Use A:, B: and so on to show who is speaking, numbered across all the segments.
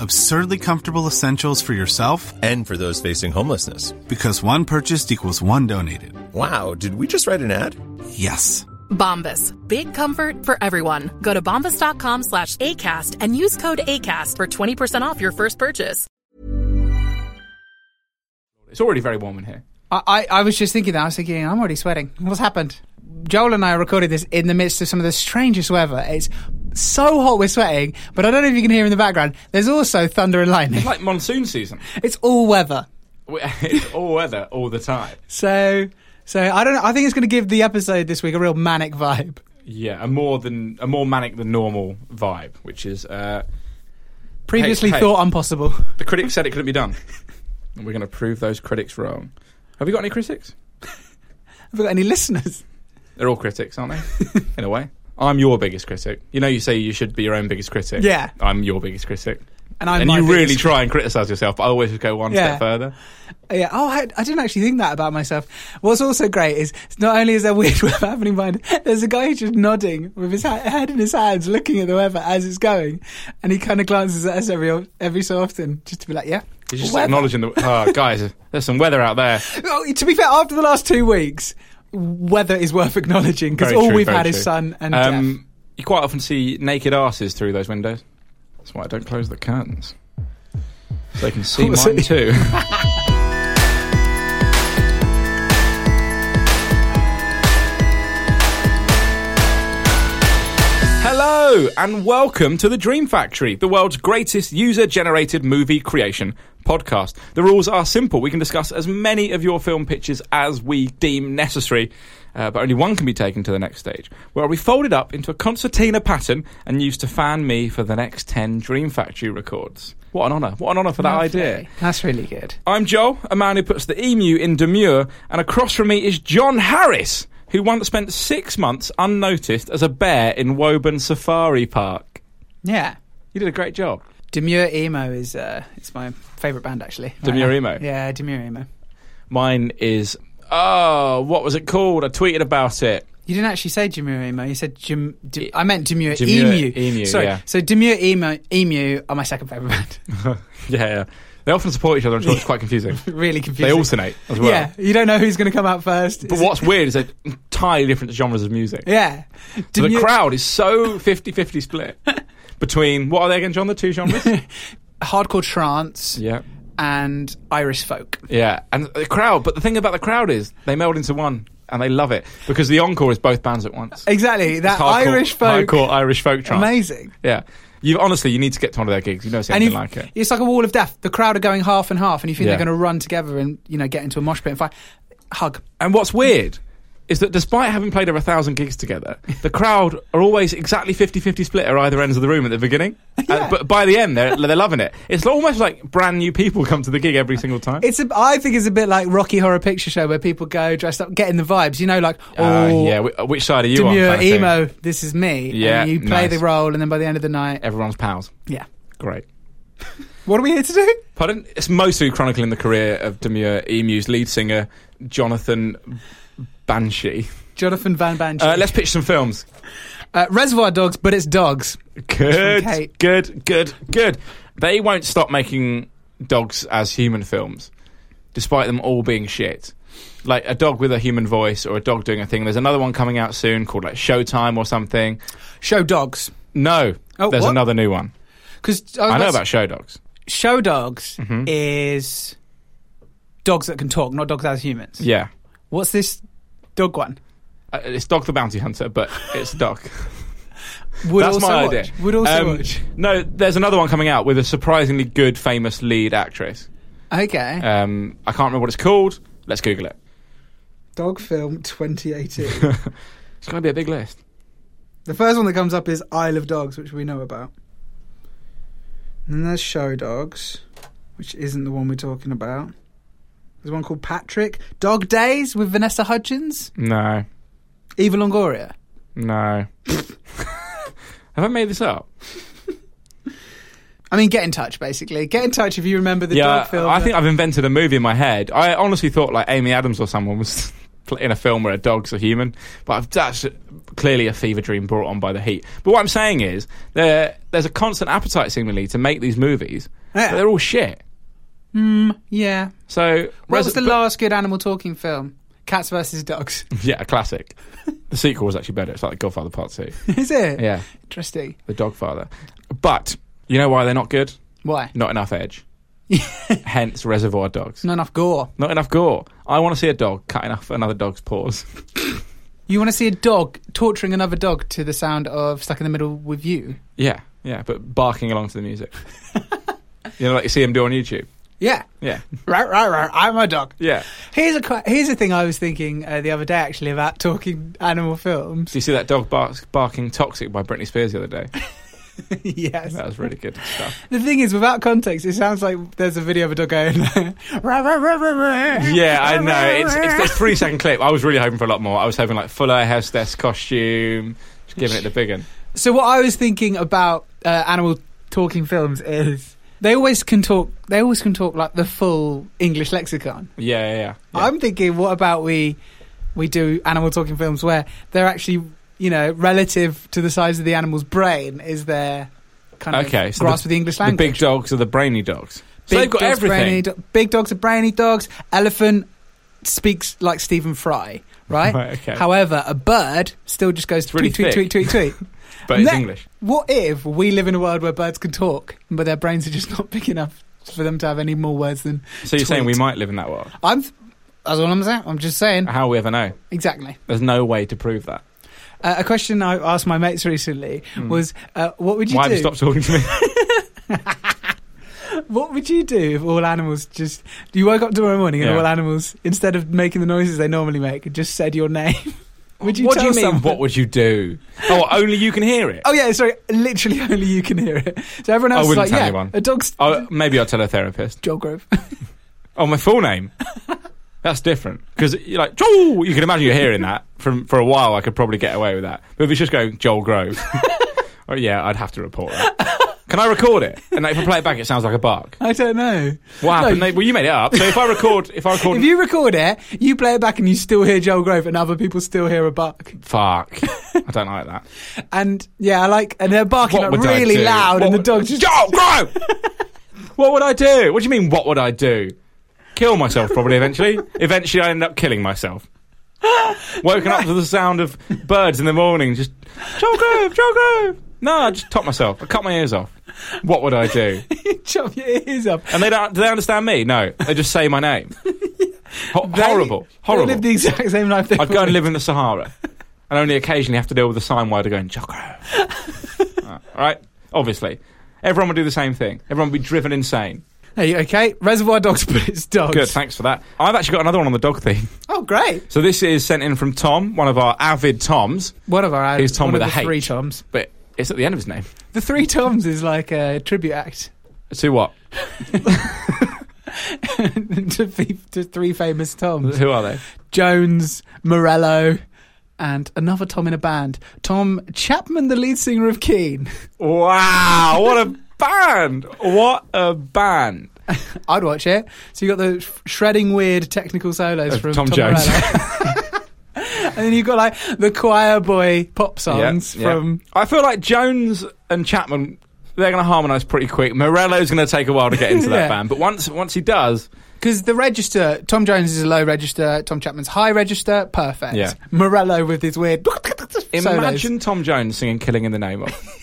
A: Absurdly comfortable essentials for yourself
B: And for those facing homelessness.
A: because one purchased equals one donated.
B: Wow, did we just write an ad?
A: Yes.
C: Bombas. Big comfort for everyone. Go to bombas.com slash ACAST and use code ACAST for 20% off your first purchase.
D: It's already very warm in here.
E: I, I, I was just thinking that. I was thinking, I'm already sweating. What's happened? Joel and I recorded this in the midst of some of the strangest weather. It's so hot we're sweating, but I don't know if you can hear in the background. There's also thunder and lightning.
D: It's like monsoon season.
E: It's all weather.
D: We- It's all weather all the time.
E: So, so I don't know. I think it's going to give the episode this week a real manic vibe.
D: Yeah, a more than a more manic than normal vibe, which is uh,
E: Previously
D: hey.
E: thought impossible.
D: the critics said it couldn't be done, and we're going to prove those critics wrong. Have you got any critics?
E: Have we got any listeners?
D: They're all critics, aren't they? in a way. I'm your biggest critic. You know, you say you should be your own biggest critic.
E: Yeah.
D: I'm your biggest critic.
E: And I'm
D: and
E: my
D: you really
E: biggest-
D: try and criticise yourself, but I always just go one
E: Yeah.
D: step further.
E: Yeah. Oh, I, I didn't actually think that about myself. What's also great is not only is there weird weather happening behind, there's a guy who's just nodding with his ha- head in his hands, looking at the weather as it's going, and he kind of glances at us every o- every so often just to be like, yeah.
D: He's just
E: weather.
D: acknowledging the oh, guys. There's some weather out there.
E: Oh, to be fair, after the last two weeks, weather is worth acknowledging because
D: Very
E: all
D: true,
E: we've
D: very
E: had
D: true. Um,
E: is sun and death.
D: You quite often see naked asses through those windows. That's why I don't close the curtains. So they can see
E: Was
D: mine
E: it-
D: too. Hello and welcome to the Dream Factory, the world's greatest user generated movie creation podcast. The rules are simple. We can discuss as many of your film pitches as we deem necessary, uh, but only one can be taken to the next stage, where we folded up into a concertina pattern and used to fan me for the next 10 Dream Factory records. What an honour. What an honour for that idea.
E: That's really good.
D: I'm Joel, a man who puts the emu in demure, and across from me is John Harris, who once spent six months unnoticed as a bear in Woburn Safari Park.
E: Yeah.
D: You did a great job.
E: Demure emo is uh, it's my favourite band actually. Right
D: Demure
E: now.
D: emo?
E: Yeah, demure emo.
D: Mine is, oh, what was it called? I tweeted about it.
E: You didn't actually say demure emo. You said dem- de- I meant demure,
D: Demure
E: emu.
D: Emu,
E: Sorry.
D: yeah.
E: So demure emo emu are my second favorite band.
D: Yeah, yeah. They often support each other, I'm sure it's quite confusing.
E: really confusing.
D: They alternate as well.
E: Yeah. You don't know who's going to come out first.
D: But
E: Is it-
D: what's weird is they're entirely different genres of music.
E: Yeah.
D: So the
E: Demure-
D: crowd is so 50 50 split between, what are they again, John? The two genres?
E: hardcore trance
D: yeah.
E: and Irish folk.
D: Yeah, and the crowd. But the thing about the crowd is they meld into one, and they love it because the encore is both bands at once.
E: Exactly. That
D: It's hardcore-
E: Irish folk.
D: hardcore Irish folk trance.
E: Amazing.
D: Yeah, you honestly you need to get to one of their gigs. You don't see
E: And
D: anything
E: you,
D: like it.
E: it's like a wall of death. The crowd are going half and half, and you think
D: Yeah.
E: they're going to run together and you know get into a mosh pit and fight. Hug.
D: And what's weird is that despite having played over a thousand gigs together, the crowd are always exactly 50-50 split at either ends of the room at the beginning. Uh, but by the end, they're they're loving it. It's almost like brand new people come to the gig every single time.
E: It's a, I think it's a bit like Rocky Horror Picture Show where people go dressed up, getting the vibes. You know, like oh
D: uh, yeah, wh- which side are you on?
E: demure
D: kind of thing.
E: emo. This is me.
D: Yeah,
E: and you play
D: nice.
E: the role, and then by the end of the night,
D: Everyone's pals.
E: yeah.
D: Great.
E: What are we here to do?
D: Pardon? It's mostly chronicling the career of Demure Emu's lead singer, Jonathan Banshee.
E: Jonathan Van Banshee.
D: Uh, let's pitch some films.
E: Uh, Reservoir Dogs, but it's dogs.
D: Good,
E: Okay.
D: good, good, good. They won't stop making dogs as human films, despite them all being shit. Like a dog with a human voice or a dog doing a thing. There's another one coming out soon called like Showtime or something.
E: Show dogs.
D: No,
E: Oh,
D: there's
E: what?
D: another new one. Oh,
E: Because
D: Mm-hmm. I know about show dogs.
E: show dogs is dogs that can talk, not dogs as humans.
D: Yeah.
E: What's this dog one?
D: Uh, it's Dog the Bounty Hunter, but it's Dog.
E: Would
D: That's
E: also
D: my
E: watch.
D: idea.
E: Would also
D: Um,
E: watch.
D: No, there's another one coming out with a surprisingly good, famous lead actress.
E: Okay.
D: Um, I can't remember what it's called. Let's Google it.
E: Dog film 2018.
D: It's going to be a big list.
E: The first one that comes up is Isle of Dogs, which we know about. And then there's Show Dogs, which isn't the one we're talking about. There's one called Patrick. Dog Days with Vanessa Hudgens.
D: No,
E: Eva Longoria.
D: no. Have I made this up?
E: I mean, get in touch, basically. Get in touch if you remember the
D: yeah,
E: dog film.
D: I think I've invented a movie in my head. I honestly thought like Amy Adams or someone was in a film where a dog's a human, but I've, that's clearly a fever dream brought on by the heat. But what I'm saying is there, there's a constant appetite seemingly to make these movies,
E: Yeah.
D: but they're all shit.
E: yeah.
D: So
E: What
D: Resi-
E: was the
D: but-
E: last good animal talking film? Cats versus Dogs.
D: Yeah, a classic. the sequel was actually better. It's like Godfather Part Two.
E: is it?
D: Yeah,
E: Interesting.
D: the Dogfather. But you know why they're not good?
E: Why?
D: Not enough edge. Hence Reservoir Dogs.
E: Not enough gore.
D: Not enough gore. I want to see a dog cutting off another dog's paws.
E: You want to see a dog torturing another dog to the sound of Stuck in the Middle with You?
D: Yeah, yeah, but barking along to the music. you know, like you see him do on YouTube.
E: Yeah.
D: Yeah,
E: Right, right, right. I'm a dog.
D: yeah.
E: Here's a que- here's a thing I was thinking uh, the other day actually about talking animal films.
D: Do you see that dog bark- barking "Toxic" by Britney Spears the other day?
E: yes.
D: That was really good stuff.
E: The thing is, without context, it sounds like there's a video of a dog going. "Rah, rah, rah, rah, rah."
D: Yeah, I know. It's, it's the three second clip. I was really hoping for a lot more. I was hoping like full air hostess costume, just giving it the big one.
E: So what I was thinking about uh, animal talking films is they always can talk. They always can talk like the full English lexicon.
D: Yeah, yeah, yeah. yeah.
E: I'm thinking, what about we we do animal talking films where they're actually you know relative to the size of the animal's brain is their kind of
D: Okay, so
E: grasp of the English language.
D: The big dogs are the brainy dogs. So they've got
E: dogs,
D: everything.
E: brainy do- big dogs are brainy dogs. Elephant speaks like Stephen Fry, right?
D: Right, okay.
E: However, a bird still just goes
D: really
E: tweet, tweet, tweet,
D: thick.
E: tweet, tweet.
D: but it's
E: Ne-
D: English.
E: What if we live in a world where birds can talk, but their brains are just not big enough for them to have any more words than?
D: So you're saying we
E: tweet?
D: might live in that world?
E: I'm. That's all I'm saying. I'm just saying.
D: How we ever know?
E: Exactly.
D: There's no way to prove that.
E: Uh, a question I asked my mates recently was, uh, "What would you
D: Hmm. Why have
E: do?
D: you stopped talking to me?
E: What would you do if all animals just you woke up tomorrow morning and
D: Yeah.
E: all animals instead of making the noises they normally make just said your name? would you
D: what do
E: tell
D: you mean?
E: someone?
D: What would you do? Oh, only you can hear it.
E: Oh yeah, sorry. Literally, only you can hear it. So everyone else is
D: wouldn't
E: like,
D: tell
E: yeah,
D: anyone.
E: a dog's
D: Oh, maybe I'll tell a therapist.
E: Joel Grove.
D: Oh, my full name. That's different because you're like Joel. You can imagine you're hearing that from for a while. I could probably get away with that, but if it's just going Joel Grove, oh yeah, I'd have to report that. Can I record it? And like, if I play it back, it sounds like a bark.
E: I don't know.
D: What happened?
E: No,
D: They- well, you made it up. So if I record, if I record,
E: If you record it, you play it back and you still hear Joel Grove and other people still hear a bark.
D: fuck, I don't like that.
E: And yeah, I like and they're barking
D: What
E: like
D: would I
E: really
D: do?
E: loud and the
D: What
E: dog
D: would-
E: just
D: Joel Grove. what would I do? What do you mean? What would I do? Kill myself probably eventually. eventually, I end up killing myself. Woken up to the sound of birds in the morning. Just Joel Grove, Joel Grove. No, I just top myself. I cut my ears off. What would I do?
E: chop your ears up.
D: And they don't. Do they understand me? No, they just say my name. Ho- horrible,
E: They
D: horrible.
E: live the exact same life. they
D: I'd go and live in the Sahara, and only occasionally have to deal with the sign where they're going Jocko. all right, obviously, everyone would do the same thing. Everyone would be driven insane.
E: Hey, okay. Reservoir Dogs, but it's dogs.
D: Good, thanks for that. I've actually got another one on the dog theme.
E: Oh, great.
D: So this is sent in from Tom, one of our avid Toms,
E: One of our
D: Here's Tom
E: one
D: with
E: of
D: a
E: the
D: H.
E: three Toms.
D: but it's at the end of his name.
E: The three Toms is like a tribute act
D: To what?
E: to, the, to three famous Toms:
D: Who are they?
E: Jones, Morello, and another Tom in a band. Tom Chapman, the lead singer of Keane.
D: Wow, what a band! What a band!
E: I'd watch it. So you got the sh- shredding weird technical solos
D: Of
E: from
D: Tom
E: Tom,
D: Jones.
E: Morello. and then you've got like the choir boy pop songs
D: Yeah, yeah.
E: from
D: I feel like Jones and Chapman they're going to harmonise pretty quick. Morello's going to take a while to get into that
E: Yeah.
D: band, but once once he does,
E: Because the register, Tom Jones is a low register, Tom Chapman's high register, perfect.
D: Yeah.
E: Morello with his weird.
D: Imagine Tom Jones singing "Killing in the Name of."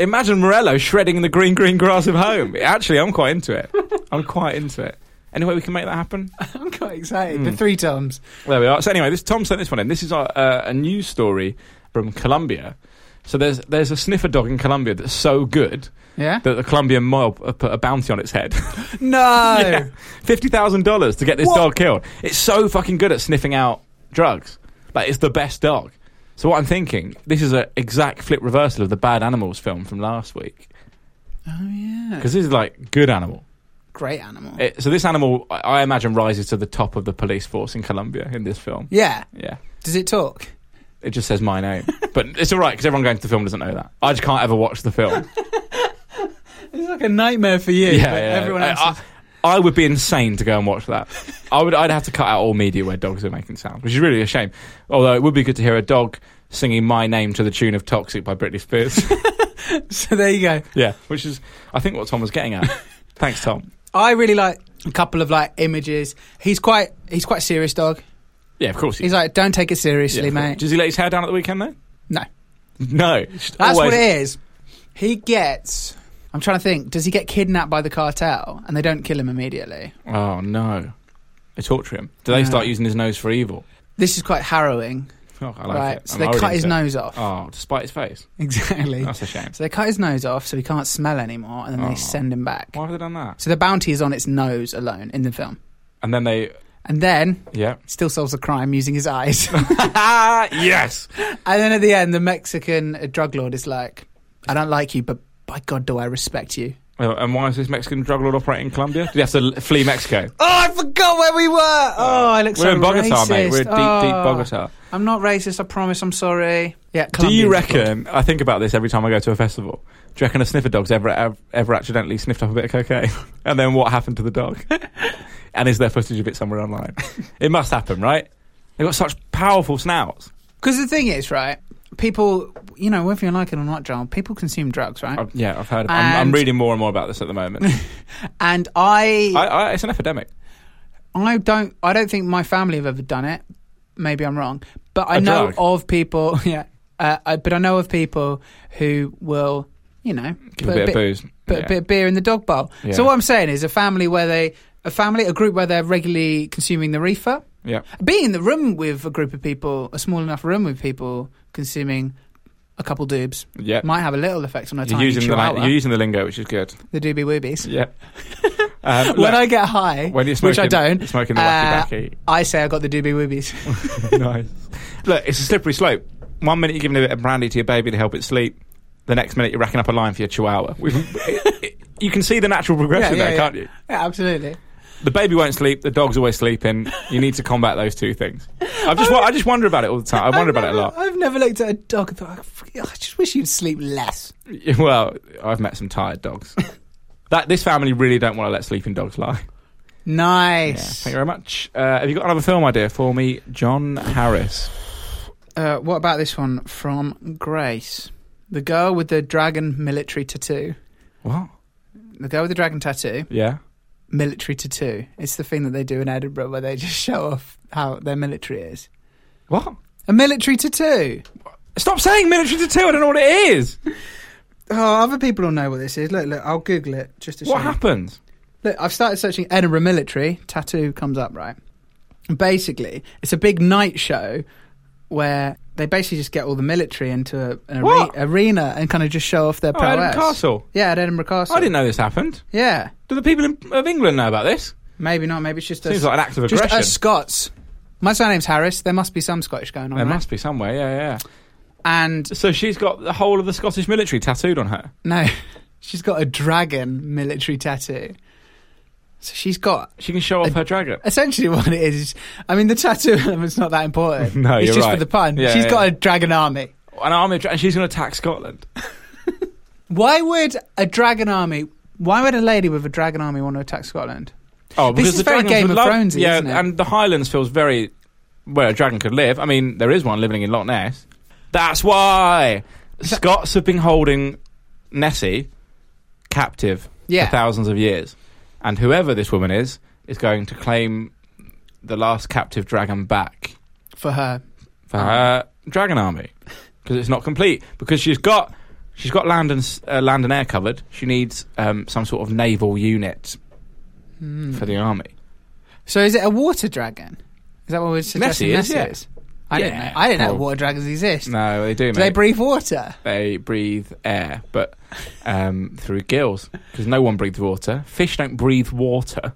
D: Imagine Morello shredding the green, green grass of home. Actually, I'm quite into it. I'm quite into it. Any way we can make that happen?
E: I'm quite excited.
D: Hmm.
E: The three toms.
D: There we are. So anyway, this Tom sent this one in. This is a, uh, a news story from Colombia. So there's there's a sniffer dog in Colombia that's so good
E: Yeah.
D: that the Colombian mob uh, put a bounty on its head.
E: no.
D: Yeah. Fifty thousand dollars to get this
E: What?
D: dog killed. It's so fucking good at sniffing out drugs. Like it's the best dog. So what I'm thinking, this is an exact flip reversal of the Bad Animals film from last week
E: Oh yeah.
D: because this is like good animal.
E: Great animal.
D: It, so this animal, I, I imagine, rises to the top of the police force in Colombia in this film.
E: yeah.
D: Yeah.
E: Does it talk?
D: It just says my name. but it's all right because everyone going to the film doesn't know that. I just can't ever watch the film.
E: It's like a nightmare for you.
D: yeah,
E: but
D: yeah.
E: Everyone else.
D: I, I, I would be insane to go and watch that. I would. I'd have to cut out all media where dogs are making sound, which is really a shame. Although it would be good to hear a dog singing my name to the tune of "Toxic" by Britney Spears.
E: is. So there you go.
D: yeah, which is I think what Tom was getting at. Thanks, Tom.
E: I really like a couple of like images. He's quite he's quite serious dog.
D: Yeah, of course. he
E: He's
D: is.
E: like, don't take it seriously,
D: yeah, of course.
E: mate.
D: Does he let his hair down at the weekend though?
E: no.
D: No, that's
E: That's what it is. He gets. I'm trying to think. Does he get kidnapped by the cartel and they don't kill him immediately?
D: Oh no, they torture him. Do they
E: Yeah.
D: start using his nose for evil?
E: This is quite harrowing,
D: Oh, I like
E: right?
D: it.
E: So
D: I'm
E: they
D: already
E: cut his
D: into it.
E: nose off.
D: Oh, despite his face.
E: Exactly.
D: That's a shame.
E: So they cut his nose off so he can't smell anymore and then
D: Oh.
E: they send him back.
D: Why have they done that?
E: So the bounty is on its nose alone in the film.
D: And then they,
E: And then
D: yeah,
E: still solves a crime using his eyes. and
D: yes,
E: then at the end, the Mexican uh, drug lord is like, I don't like you, but by God, do I respect you.
D: Oh, and why is this Mexican drug lord operating in Colombia? Did he have to l- flee Mexico?
E: Oh, I forgot where we were. Oh, I look
D: Uh, We're
E: so
D: in Bogota,
E: racist.
D: mate. We're deep, deep
E: Oh,
D: Bogota.
E: I'm not racist, I promise. I'm sorry. Yeah.
D: Do
E: Colombians
D: you
E: are
D: reckon? I think about this every time I go to a festival. Do you reckon a sniffer dog's ever ever, ever accidentally sniffed up a bit of cocaine? and then what happened to the dog? and is there footage of it somewhere online? it must happen, right? They've got such powerful snouts.
E: Because the thing is, right? People, you know, whether you like it or not, John, people consume drugs, right?
D: i yeah, I've heard. Of, I'm, I'm
E: And-
D: reading more and more about this at the moment.
E: and I,
D: I, I, it's an epidemic.
E: I don't I don't think my family have ever done it. Maybe I'm wrong, but I
D: A
E: know
D: drug?
E: of people. Yeah, uh, I, but I know of people who will, you know,
D: Give a bit of booze.
E: put
D: Yeah.
E: a bit of beer in the dog bowl.
D: Yeah.
E: So what I'm saying is, a family where they, a family, a group where they're regularly consuming the reefer,
D: Yeah.
E: being in the room with a group of people, a small enough room with people consuming a couple doobs,
D: Yeah.
E: might have a little effect on a
D: You're
E: tiny
D: using, the,
E: chihuahua,
D: li- you're using the lingo, which is good.
E: the doobie woobies.
D: Yeah. Um,
E: When
D: look,
E: I get high,
D: when you're
E: which I
D: smoking-
E: don't, uh,
D: you're smoking the wacky-backy.
E: I say I got the doobie woobies.
D: nice. Look, it's a slippery slope. One minute you're giving a bit of brandy to your baby to help it sleep. The next minute you're racking up a line for your chihuahua. We've, it, it- you can see the natural progression there, can't you?
E: Yeah, absolutely.
D: The baby won't sleep. The dog's always sleeping. You need to combat those two things. I just, wa- I just wonder about it all the time. I wonder about it a lot.
E: I've never looked at a dog and thought, "Oh, fuck, I just wish you'd sleep less.
D: Well, I've met some tired dogs. That this family really don't want to let sleeping dogs lie.
E: Nice.
D: Thank you very much. Uh, have you got another film idea for me, John Harris?
E: uh, what about this one from Grace? The girl with the dragon military tattoo.
D: What?
E: The girl with the dragon tattoo,
D: Yeah.
E: military tattoo. It's the thing that they do in Edinburgh where they just show off how their military is.
D: What?
E: A military tattoo.
D: Stop saying military tattoo. I don't know what it is.
E: Oh, other people will know what this is. Look, look, I'll Google it just to show
D: What
E: you.
D: happens?
E: Look, I've started searching Edinburgh military tattoo comes up right. Basically, it's a big night show where they basically just get all the military into a, an are-
D: What?
E: arena and kind of just show off their
D: Oh,
E: prowess.
D: Edinburgh Castle.
E: Yeah, at Edinburgh Castle.
D: I didn't know this happened.
E: Yeah,
D: Do the people in, of England know about this?
E: maybe not. Maybe it's just
D: Seems
E: us,
D: like an act of
E: just
D: aggression.
E: us Scots. My surname's Harris. There must be some Scottish going on.
D: There
E: right?
D: must be somewhere. Yeah, yeah.
E: And
D: yeah. So she's got the whole of the Scottish military tattooed on her.
E: no, she's got a dragon military tattoo. So she's got
D: She can show off her dragon.
E: Essentially, what it is, is- I mean, the tattoo element's not that important.
D: No,
E: it's
D: you're
E: just
D: right.
E: for the pun.
D: Yeah,
E: She's
D: yeah.
E: got a dragon army.
D: An army, of dra- and she's going to attack Scotland.
E: Why would a dragon army? Why would a lady with a dragon army want to attack Scotland?
D: Oh,
E: This
D: because
E: is
D: the
E: very
D: dragons
E: Game
D: would
E: of
D: love-
E: Thronesy,
D: Yeah,
E: isn't it?
D: and the Highlands feels very where a dragon could live. I mean, there is one living in Loch Ness. That's why Scots have been holding Nessie captive
E: Yeah.
D: for thousands of years, and whoever this woman is is going to claim the last captive dragon back
E: For her, Ah.
D: for her dragon army because it's not complete because she's got she's got land and s- uh,
E: Hmm.
D: land and air covered. She needs um, some sort of naval unit for the army.
E: So is it a water dragon? Is that what we're suggesting?
D: Nessie is,
E: Nessie
D: yeah.
E: is? I didn't
D: Yeah,
E: know. I didn't know
D: cool.
E: water dragons exist.
D: No, they do,
E: Do
D: mate.
E: they breathe water?
D: They breathe air, but um, through gills, because no one breathes water. Fish don't breathe water.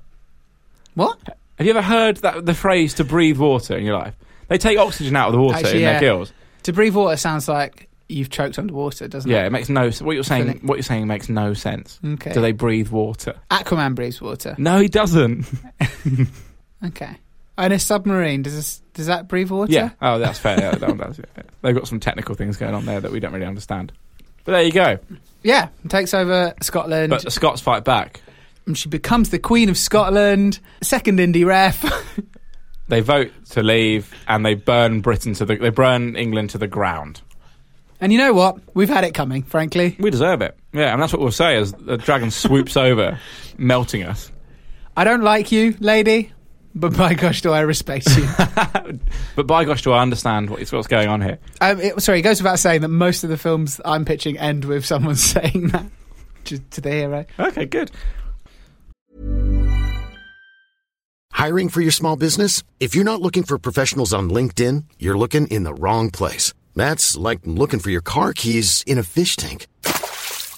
E: What?
D: Have you ever heard that the phrase to breathe water in your life? They take oxygen out of the water
E: Actually,
D: in
E: yeah.
D: their gills.
E: To breathe water sounds like you've choked underwater, doesn't
D: Yeah,
E: it?
D: it makes no. s- What you're saying,
E: Filling.
D: what you're saying, makes no sense.
E: Okay.
D: Do they breathe water?
E: Aquaman breathes water.
D: No, he doesn't.
E: Okay. And a submarine does this, does that breathe water?
D: Yeah. Oh, that's fair. Yeah, that one- that's- yeah. They've got some technical things going on there that we don't really understand. But there you go.
E: Yeah. Takes over Scotland.
D: But the Scots fight back.
E: and she becomes the Queen of Scotland. Second indie ref.
D: They vote to leave, and they burn Britain to the. They burn England to the ground.
E: and you know what? We've had it coming. Frankly,
D: We deserve it. Yeah, and that's what we'll say as the dragon swoops over, melting us.
E: I don't like you, lady. But by gosh, do I respect you?
D: But by gosh, do I understand what, what's going on here?
E: Um, it, sorry, it goes without saying that most of the films I'm pitching end with someone saying that to, to the hero.
D: Okay, good.
F: Hiring for your small business? If you're not looking for professionals on LinkedIn, you're looking in the wrong place. That's like looking for your car keys in a fish tank.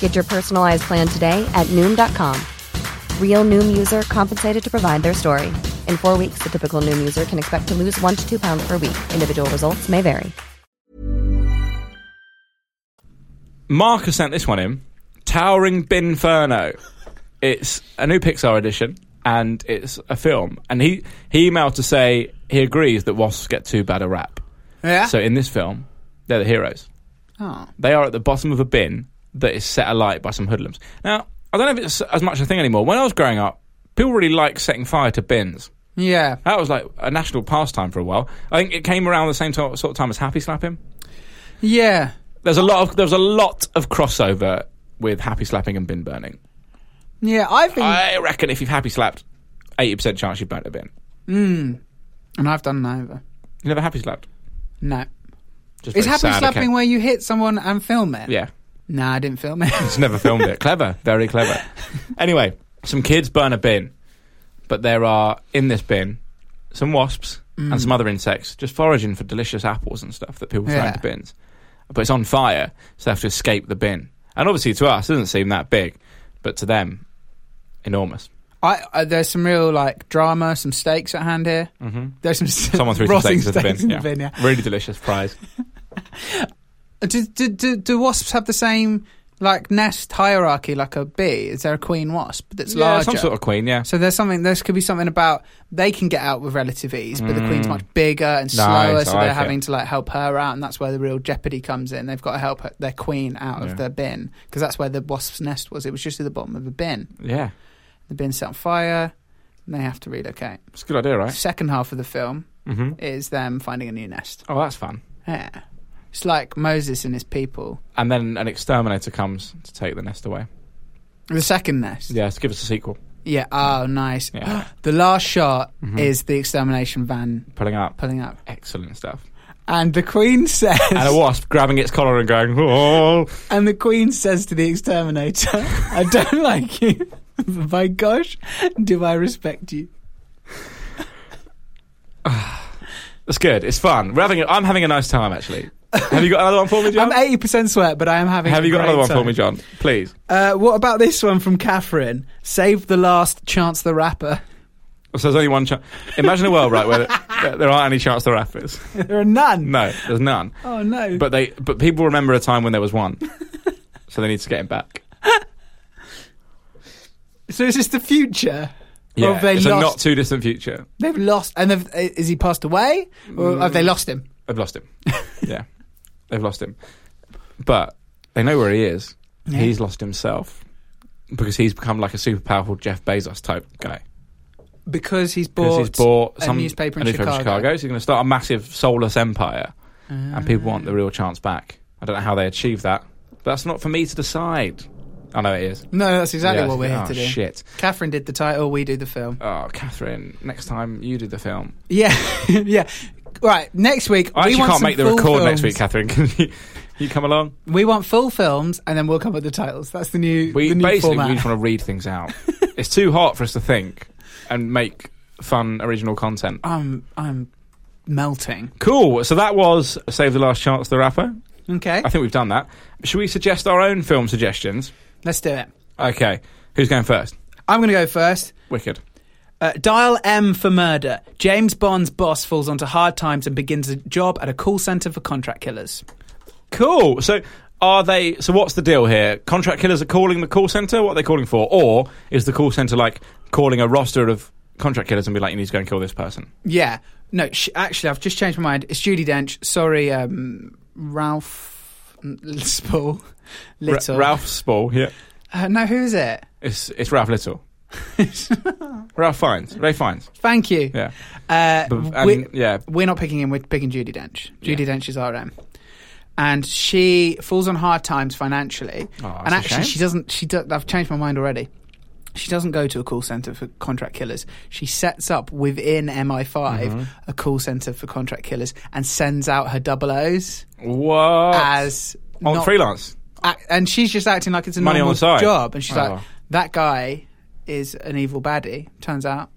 G: Get your personalized plan today at Noom.com. Real Noom user compensated to provide their story. In four weeks, the typical Noom user can expect to lose one to two pounds per week. Individual results may vary.
D: Mark has sent this one in. Towering Binferno. It's a new Pixar edition, and it's a film. And he, he emailed to say he agrees that wasps get too bad a rap.
E: Yeah.
D: So in this film, they're the heroes.
E: oh.
D: They are at the bottom of a bin that is set alight by some hoodlums. Now, I don't know if it's as much a thing anymore. When I was growing up, people really liked setting fire to bins.
E: Yeah.
D: That was like a national pastime for a while. I think it came around the same to- sort of time as Happy Slapping.
E: Yeah.
D: There's a lot of there's a lot of crossover with happy slapping and bin burning.
E: Yeah, I think.
D: I reckon if you've happy slapped, eighty percent chance you've burnt a bin.
E: and I've done neither.
D: You never happy slapped.
E: No.
D: Just
E: Is
D: very
E: happy
D: sad
E: slapping
D: account-
E: where you hit someone and film it?
D: Yeah,
E: Nah, I didn't film it.
D: just never filmed it. clever, very clever. Anyway, some kids burn a bin, but there are in this bin some wasps
E: Mm.
D: and some other insects just foraging for delicious apples and stuff that people throw
E: Yeah.
D: into bins. But it's on fire, so they have to escape the bin. And obviously, to us, it doesn't seem that big, but to them, enormous.
E: I, I there's some real like drama, some stakes at hand here. Mm-hmm. There's some
D: Someone threw some
E: rotting
D: steaks into the bin.
E: in
D: yeah.
E: the bin. Yeah.
D: Really delicious fries.
E: Do, do, do, do wasps have the same like nest hierarchy like a bee? Is there a queen wasp that's
D: yeah,
E: larger?
D: some sort of queen, yeah.
E: So there's something. There could be something about they can get out with relative ease, but the queen's much bigger and
D: No, Mm. I
E: slower, so
D: like
E: they're
D: it.
E: having to like help her out, and that's where the real jeopardy comes in. They've got to help her, their queen out
D: Yeah.
E: of their bin because that's where the wasp's nest was. It was just at the bottom of the bin.
D: Yeah.
E: The bin set on fire, and they have to relocate.
D: It's a good idea, right?
E: Second half of the film
D: Mm-hmm.
E: is them finding a new nest.
D: Oh, that's fun.
E: Yeah, it's like Moses and his people.
D: And then an exterminator comes to take the nest away.
E: The second nest.
D: Yeah, so give us a sequel.
E: Yeah. Oh, nice.
D: Yeah. Mm-hmm.
E: the last shot is the extermination van
D: Pulling up.
E: pulling up.
D: Excellent stuff.
E: And the Queen says.
D: And a wasp grabbing its collar and going, oh.
E: And the Queen says to the exterminator, I don't like you. But by gosh, do I respect you.
D: That's good. It's fun. We're having a, I'm having a nice time, actually. Have you got another one for me, John?
E: I'm 80% sweat, but I am having
D: Have
E: a
D: you got
E: great
D: another one
E: time.
D: for me, John? Please.
E: Uh, what about this one from Catherine? Save the last chance the rapper.
D: So there's only one chance. Imagine a world, right, where there, there aren't any chance there rappers.
E: there are none.
D: No, there's none.
E: Oh no.
D: But they, but people remember a time when there was one, so they need to get him back.
E: so is this the future? Or
D: Yeah,
E: have they
D: it's a
E: lost?
D: not too distant future.
E: they've lost, and they've, uh, is he passed away, or have
D: Mm.
E: they lost him?
D: They've lost him. yeah, they've lost him. But they know where he is.
E: Yeah.
D: He's lost himself because he's become like a super powerful Jeff Bezos type guy.
E: Because he's
D: Because
E: bought,
D: he's bought
E: a
D: some
E: newspaper
D: a
E: in
D: newspaper
E: Chicago.
D: So he's going to start a massive soulless empire, and people want the
E: Ah.
D: real chance back. I don't know how they achieve that. But that's not for me to decide. I know it is.
E: No, that's exactly
D: Yeah,
E: what we're here
D: oh,
E: to do.
D: shit.
E: Catherine did the title, we do the film.
D: Oh, Catherine, next time you do the film.
E: Yeah, yeah. Right, next week.
D: I
E: we
D: actually
E: want
D: can't
E: some
D: make the
E: full
D: record next
E: films.
D: week, Catherine. Can you, you come along?
E: We want full films, and then we'll come up with the titles. That's the new,
D: We
E: the new
D: basically
E: format.
D: we just want to read things out. it's too hot for us to think and make fun original content.
E: I'm, I'm melting.
D: Cool. So that was Save the Last Chance, the rapper.
E: Okay,
D: I think we've done that. Should we suggest our own film suggestions?
E: let's do it.
D: Okay. Who's going first?
E: I'm going to go first.
D: Wicked.
E: Uh, dial M for murder. James Bond's boss falls onto hard times and begins a job at a call center for contract killers.
D: Cool. So are they so what's the deal here? Contract killers are calling the call centre? What are they calling for? Or is the call centre like calling a roster of contract killers and be like, you need to go and kill this person?
E: Yeah. No, sh- actually, I've just changed my mind. It's Judy Dench. Sorry, um, Ralph mm, Spall.
D: Ra-
E: Little.
D: Ralph Spall, yeah.
E: Uh, no, who is it?
D: It's it's Ralph Little. Ralph Fiennes. Ray Fiennes.
E: Thank you.
D: Yeah.
E: Uh,
D: B- and-
E: we-
D: yeah.
E: We're not picking him, we're picking Judy Dench. Judy Dench is RM. And she falls on hard times financially.
D: Oh, that's
E: and
D: a
E: actually,
D: shame.
E: she doesn't, she do, I've changed my mind already. She doesn't go to a call center for contract killers. She sets up within MI5
D: Mm-hmm.
E: a call center for contract killers and sends out her double O's
D: What?
E: as
D: on
E: not-
D: freelance.
E: a- and she's just acting like it's a
D: Money on
E: normal
D: the side.
E: job. And she's
D: Oh.
E: like, that guy is an evil baddie. Turns out,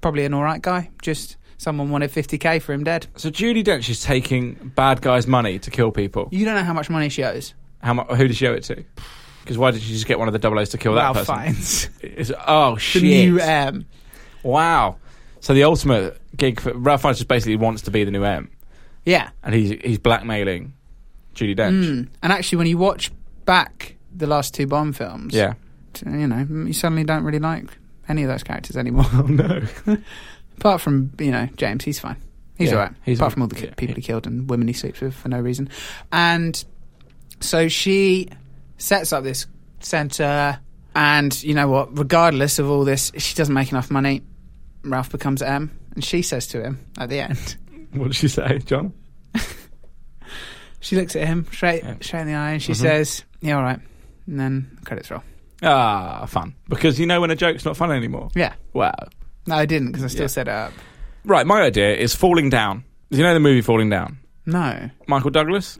E: probably an all right guy. Just someone wanted 50k for him dead.
D: So Judy Dench is taking bad guys' money to kill people.
E: You don't know how much money she owes.
D: How mu- who did she owe it to? Because why did she just get one of the double O's to kill that
E: Ralph
D: person?
E: Fiennes.
D: It's- oh
E: The
D: shit!
E: new M.
D: wow. So the ultimate gig for Ralph Fiennes just basically wants to be the new M,
E: Yeah.
D: and he's he's blackmailing Judy Dench.
E: Mm. And actually, when you watch back the last two Bond films,
D: Yeah.
E: t- you know, you suddenly don't really like any of those characters anymore.
D: Oh, no.
E: Apart from, you know, James, he's fine. He's
D: Yeah,
E: all right.
D: he's
E: Apart
D: a-
E: from all the ki-
D: yeah,
E: people
D: he-
E: he killed and women he sleeps with for no reason. And so she sets up this centre, and you know what? Regardless of all this, she doesn't make enough money. Ralph becomes M, and she says to him at the end,
D: What did she say, John?
E: she looks at him straight,
D: Yeah. Mm-hmm.
E: straight in the eye, and she says, Yeah, all right. And then credits roll.
D: Ah, fun. Because you know when a joke's not fun anymore.
E: Yeah.
D: Wow.
E: No, I didn't because I still
D: Yeah.
E: set it up.
D: Right. My idea is falling down. You know the movie Falling Down.
E: No.
D: Michael Douglas.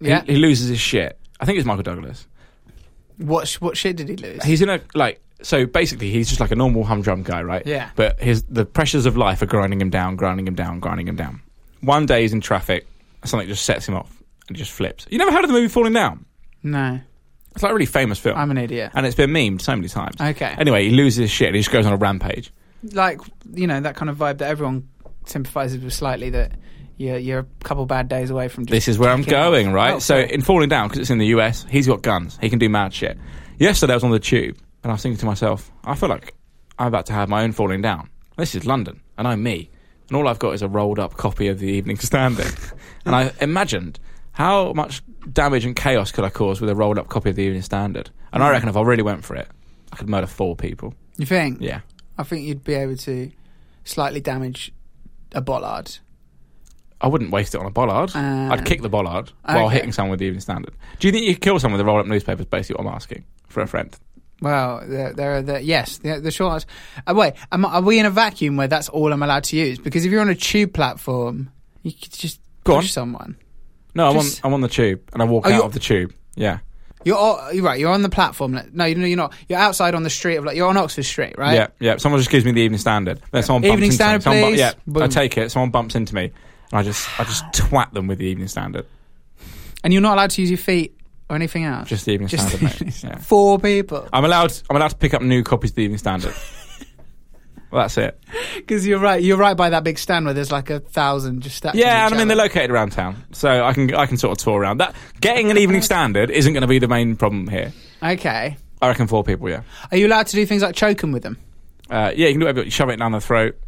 E: Yeah.
D: He, he loses his shit. I think it's Michael Douglas.
E: what, sh- what shit did he lose?
D: He's in a like so basically he's just like a normal humdrum guy, right?
E: Yeah.
D: But his the pressures of life are grinding him down, grinding him down, grinding him down. One day he's in traffic, something just sets him off and he just flips. You never heard of the movie Falling Down?
E: no.
D: It's like a really famous film.
E: I'm an idiot.
D: and it's been memed so many times.
E: Okay.
D: Anyway, he loses his shit and he just goes on a rampage.
E: like you know that kind of vibe that everyone sympathizes with slightly that you're you're a couple bad days away from just
D: This is where I'm
E: kicking off.
D: going, right?
E: Oh,
D: so
E: sorry.
D: in Falling Down, because it's in the US, he's got guns. He can do mad shit. Yesterday I was on the tube and I was thinking to myself, I feel like I'm about to have my own Falling Down. This is London and I'm me. And all I've got is a rolled up copy of The Evening Standing. and I imagined how much damage and chaos could I cause with a rolled up copy of The Evening Standard. And
E: Mm.
D: I reckon if I really went for it, I could murder four people.
E: you think
D: Yeah.
E: i think you'd be able to slightly damage a bollard
D: I wouldn't waste it on a bollard.
E: Ah.
D: I'd kick the bollard while
E: Okay.
D: hitting someone with the Evening Standard. Do you think you could kill someone with a rolled up newspaper? Is basically what I'm asking for a friend.
E: well there, there are the yes the, the short answer uh, wait am, I- are we in a vacuum where that's all i'm allowed to use because if you're on a tube platform you could just
D: Go on.
E: push someone.
D: No, I'm on,
E: Just-
D: I'm on the tube and I walk
E: Oh,
D: out
E: you're-
D: of the tube. Yeah.
E: You're, all, you're right. You're on the platform. like- No, you know you're not. You're outside on the street of like you're on Oxford Street, right?
D: Yeah, yeah. Someone just gives me the Evening Standard. Then someone bumps
E: Evening
D: into
E: Standard,
D: me. Someone bu-
E: please.
D: yeah, I
E: Boom.
D: take it. Someone bumps into me, and I just, I just twat them with the Evening Standard.
E: And you're not allowed to use your feet or anything else.
D: Just the Evening
E: Just
D: Standard. mate. Yeah.
E: four people.
D: I'm allowed. I'm allowed to pick up new copies of the Evening Standard. well, that's it.
E: Because you're right. You're right by that big stand where there's like a thousand just statues. of
D: Yeah,
E: each
D: and I mean
E: other.
D: they're located around town, so I can, I can sort of tour around. That getting an Evening Standard isn't going to be the main problem here.
E: okay.
D: I reckon four people. Yeah,
E: Are you allowed to do things like choke 'em with them?
D: uh, yeah. You can do whatever. You shove it down their throat,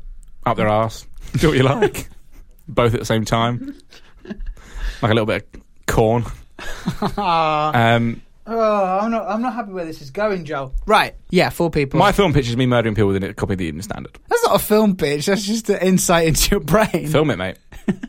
D: up their ass. Do what you like. Both at the same time. Like a little bit of corn. Um,
E: Oh, I'm not. I'm not happy where this is going, Joel. Right. Yeah, four people.
D: My film pictures me murdering people with a copy of the Evening Standard.
E: That's not a film, bitch. That's just an insight into your brain.
D: Film it, mate. then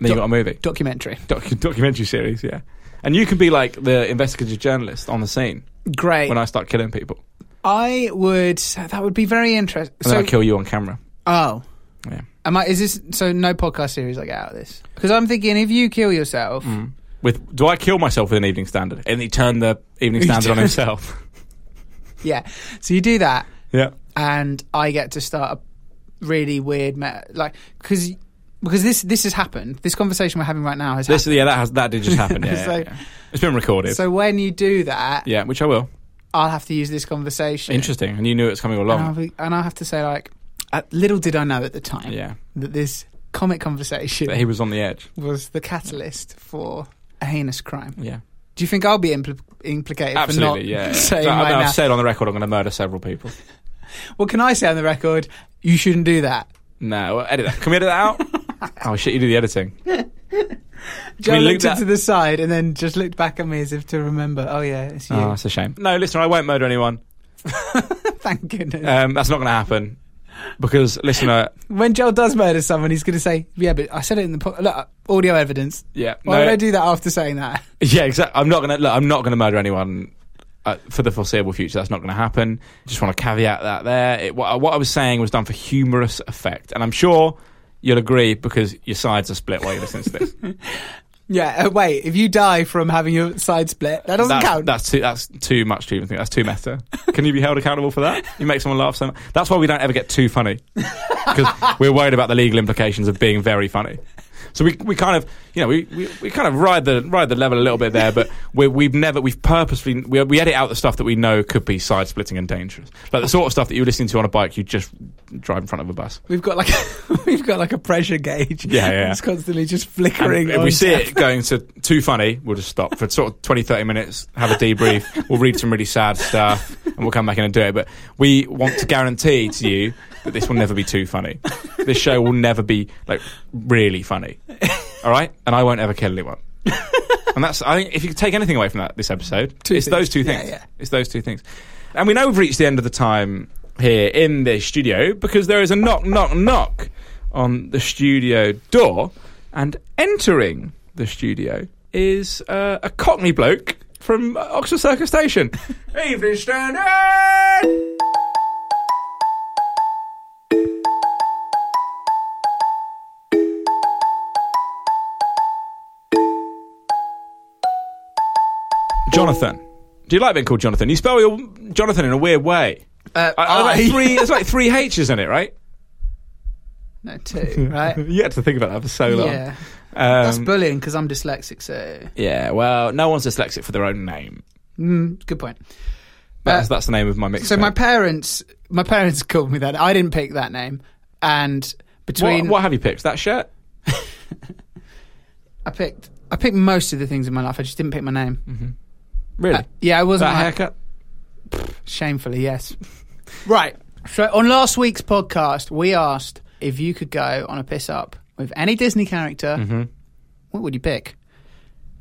D: you got a movie,
E: Documentary.
D: Doc- documentary series, yeah. And you can be like the investigative journalist on the scene
E: Great.
D: when I start killing people,
E: I would. That would be very interesting.
D: and
E: So,
D: then I kill you on camera.
E: oh,
D: Yeah.
E: am I? Is this so? No podcast series I get out of this because I'm thinking if you kill yourself,
D: Mm. With do I kill myself with an Evening Standard? And he turned the Evening
E: He
D: Standard on
E: turned-
D: himself.
E: yeah. So you do that,
D: yeah.
E: and I get to start a really weird, me- like because because this this has happened. This conversation we're having right now has
D: This, yeah, that has that did just happen. Yeah, yeah,
E: So-
D: yeah. it's been recorded.
E: happened. So when you do that,
D: yeah, which I will.
E: I'll have to use this conversation.
D: Interesting, and you knew it was coming
E: And I'll,
D: along.
E: be, and I'll have to say like, uh, little did I know at the time
D: Yeah,
E: that this comic conversation
D: but he was on the edge.
E: was the catalyst for a heinous crime.
D: Yeah,
E: Do you think I'll be impl- implicated for not
D: absolutely. Yeah, yeah.
E: saying
D: So, I-
E: right now?
D: I've said on the record I'm going to murder several people.
E: well, can I say on the record, you shouldn't do that?
D: No, well, edit that. Can we edit that out? oh shit, you do the editing.
E: Joe
D: We
E: looked
D: looked at-
E: to the side and then just looked back at me as if to remember. Oh yeah, it's you.
D: Oh, that's a shame. No, listen, I won't murder anyone.
E: Thank goodness.
D: Um, that's not going to happen because, uh, listener,
E: when Joel does murder someone, he's going to say, "Yeah, but I said it in the po- look, audio evidence."
D: yeah,
E: Why would
D: no,
E: I do that after saying that?
D: yeah, exactly. I'm not going to. Look, I'm not going to murder anyone uh, for the foreseeable future. That's not going to happen. Just want to caveat that there. It, what, I- what I was saying was done for humorous effect, and I'm sure you'll agree because your sides are split while you listen to this.
E: Yeah. Uh, wait, if you die from having your side split, that doesn't
D: that's,
E: count.
D: That's too. That's too much to even think. That's too meta. Can you be held accountable for that? You make someone laugh so much. That's why we don't ever get too funny because we're worried about the legal implications of being very funny. So we, we kind of you know we, we, we kind of ride the ride the level a little bit there, but we we've never we've purposefully we, we edit out the stuff that we know could be side splitting and dangerous, like the sort of stuff that you're listening to on a bike. You just drive in front of a bus.
E: We've got like we've got like a pressure gauge.
D: Yeah, yeah.
E: It's constantly just
D: And
E: flickering.
D: if
E: on.
D: we see it going to too funny, we'll just stop for sort of 20, 30 minutes, have a debrief. we'll read some really sad stuff, and we'll come back in and do it. But we want to guarantee to you that this will never be too funny. This show will never be like really funny. All right, and I won't ever kill anyone. and that's I think if you could take anything away from that this episode, it's those two
E: Yeah,
D: things.
E: yeah.
D: It's those two things. And we know we've reached the end of the time here in the studio because there is a knock, knock, knock on the studio door. And entering the studio is uh, a Cockney bloke from uh, Oxford Circus Station. Evening Standard! Jonathan. Do you like being called Jonathan? You spell your Jonathan in a weird way.
E: Uh,
D: I, I, like
E: I-
D: three, there's like three H's in it, right?
E: no two, right?
D: You had to think about that for so long.
E: yeah.
D: Um,
E: That's bullying because I'm dyslexic, so
D: Yeah, well, no one's dyslexic for their own name.
E: mm, good point.
D: That's,
E: Uh,
D: that's the name of my mix.
E: So my parents, my parents called me that. I didn't pick that name, and
D: what,
E: between
D: what have you picked? That shirt?
E: I picked, I picked most of the things in my life. I just didn't pick my name.
D: Really?
E: Uh, yeah, I wasn't.
D: Mm. that
E: like-
D: haircut?
E: Shamefully, yes. right. So on last week's podcast, we asked if you could go on a piss up with any Disney character.
D: Mm-hmm.
E: What would you pick?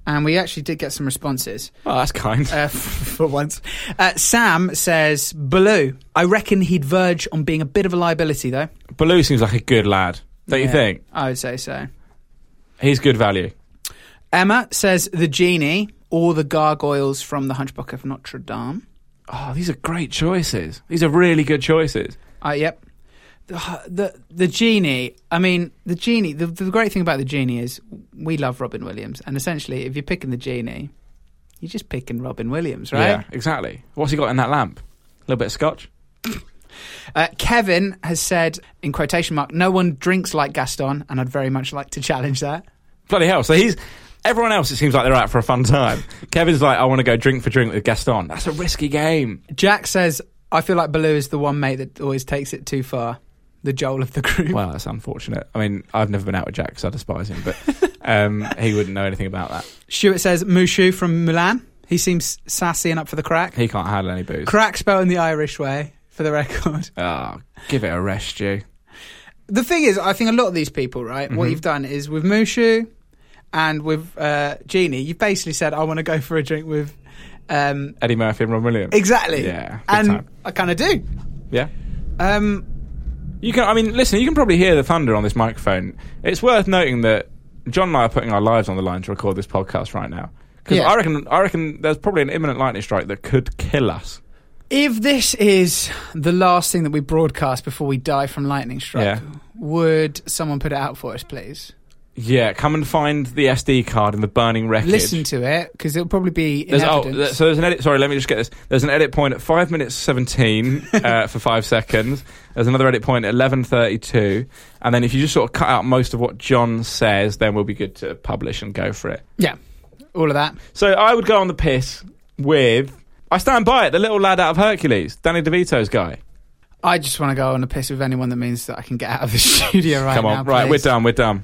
E: And we actually did get some responses.
D: Oh, that's kind.
E: uh, for once. Uh, Sam says Baloo. I reckon he'd verge on being a bit of a liability, though.
D: Baloo seems like a good lad, don't you
E: Yeah,
D: think?
E: I would say so.
D: He's good value.
E: Emma says the genie or the gargoyles from the Hunchback of Notre Dame.
D: Oh, these are great choices. These are really good choices.
E: Uh, yep. the the genie. I mean, the genie. The, the great thing about the genie is we love Robin Williams, and essentially, if you're picking the genie, you're just picking Robin Williams, right?
D: Yeah, exactly. What's he got in that lamp? A little bit of scotch.
E: Uh, Kevin has said, in quotation mark, no one drinks like Gaston, and I'd very much like to challenge that.
D: Bloody hell! So he's everyone else. It seems like they're out for a fun time. Kevin's like, I want to go drink for drink with Gaston. That's a risky game.
E: Jack says, I feel like Baloo is the one mate that always takes it too far. The Joel of the group.
D: Well, that's unfortunate. I mean, I've never been out with Jack because I despise him, but um, he wouldn't know anything about that.
E: Stuart says, Mushu from Milan. He seems sassy and up for the crack.
D: He can't handle any booze.
E: Crack spelled in the Irish way, for the record.
D: Ah, give it a rest, you.
E: The thing is, I think a lot of these people, right, what
D: Mhm.
E: you've done is with Mushu and with uh, Genie, you've basically said, I want to go for a drink with. Um,
D: Eddie Murphy and Ron Williams.
E: exactly.
D: Yeah. good
E: And
D: time.
E: I kind of do.
D: yeah.
E: Um,
D: You can. I mean, listen. You can probably hear the thunder on this microphone. It's worth noting that John and I are putting our lives on the line to record this podcast right now. Because
E: Yeah.
D: I reckon, I reckon there's probably an imminent lightning strike that could kill us.
E: If this is the last thing that we broadcast before we die from lightning strike,
D: Yeah.
E: would someone put it out for us, please?
D: Yeah, come and find the SD card in the burning wreckage.
E: Listen to it because it'll probably be in
D: There's, oh,
E: evidence.
D: th- so there's an edit. Sorry, let me just get this. There's an edit point at five minutes seventeen uh, for five seconds. There's another edit point at eleven thirty-two, and then if you just sort of cut out most of what John says, then we'll be good to publish and go for it.
E: yeah, all of that.
D: So I would go on the piss with. I stand by it. The little lad out of Hercules, Danny DeVito's guy.
E: I just want to go on a piss with anyone that means that I can get out of the studio right
D: Come
E: now.
D: on, right? We're
E: please.
D: done. We're done.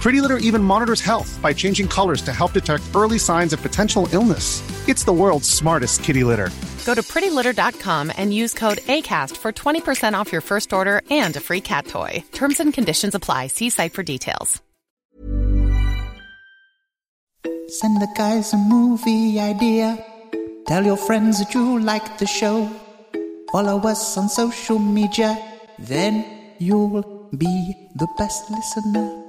H: Pretty Litter even monitors health by changing colors to help detect early signs of potential illness. It's the world's smartest kitty litter.
C: Go to prettylitter.com and use code ACAST for 20% off your first order and a free cat toy. Terms and conditions apply. See site for details.
I: Send the guys a movie idea. Tell your friends that you like the show. Follow us on social media. Then you'll be the best listener.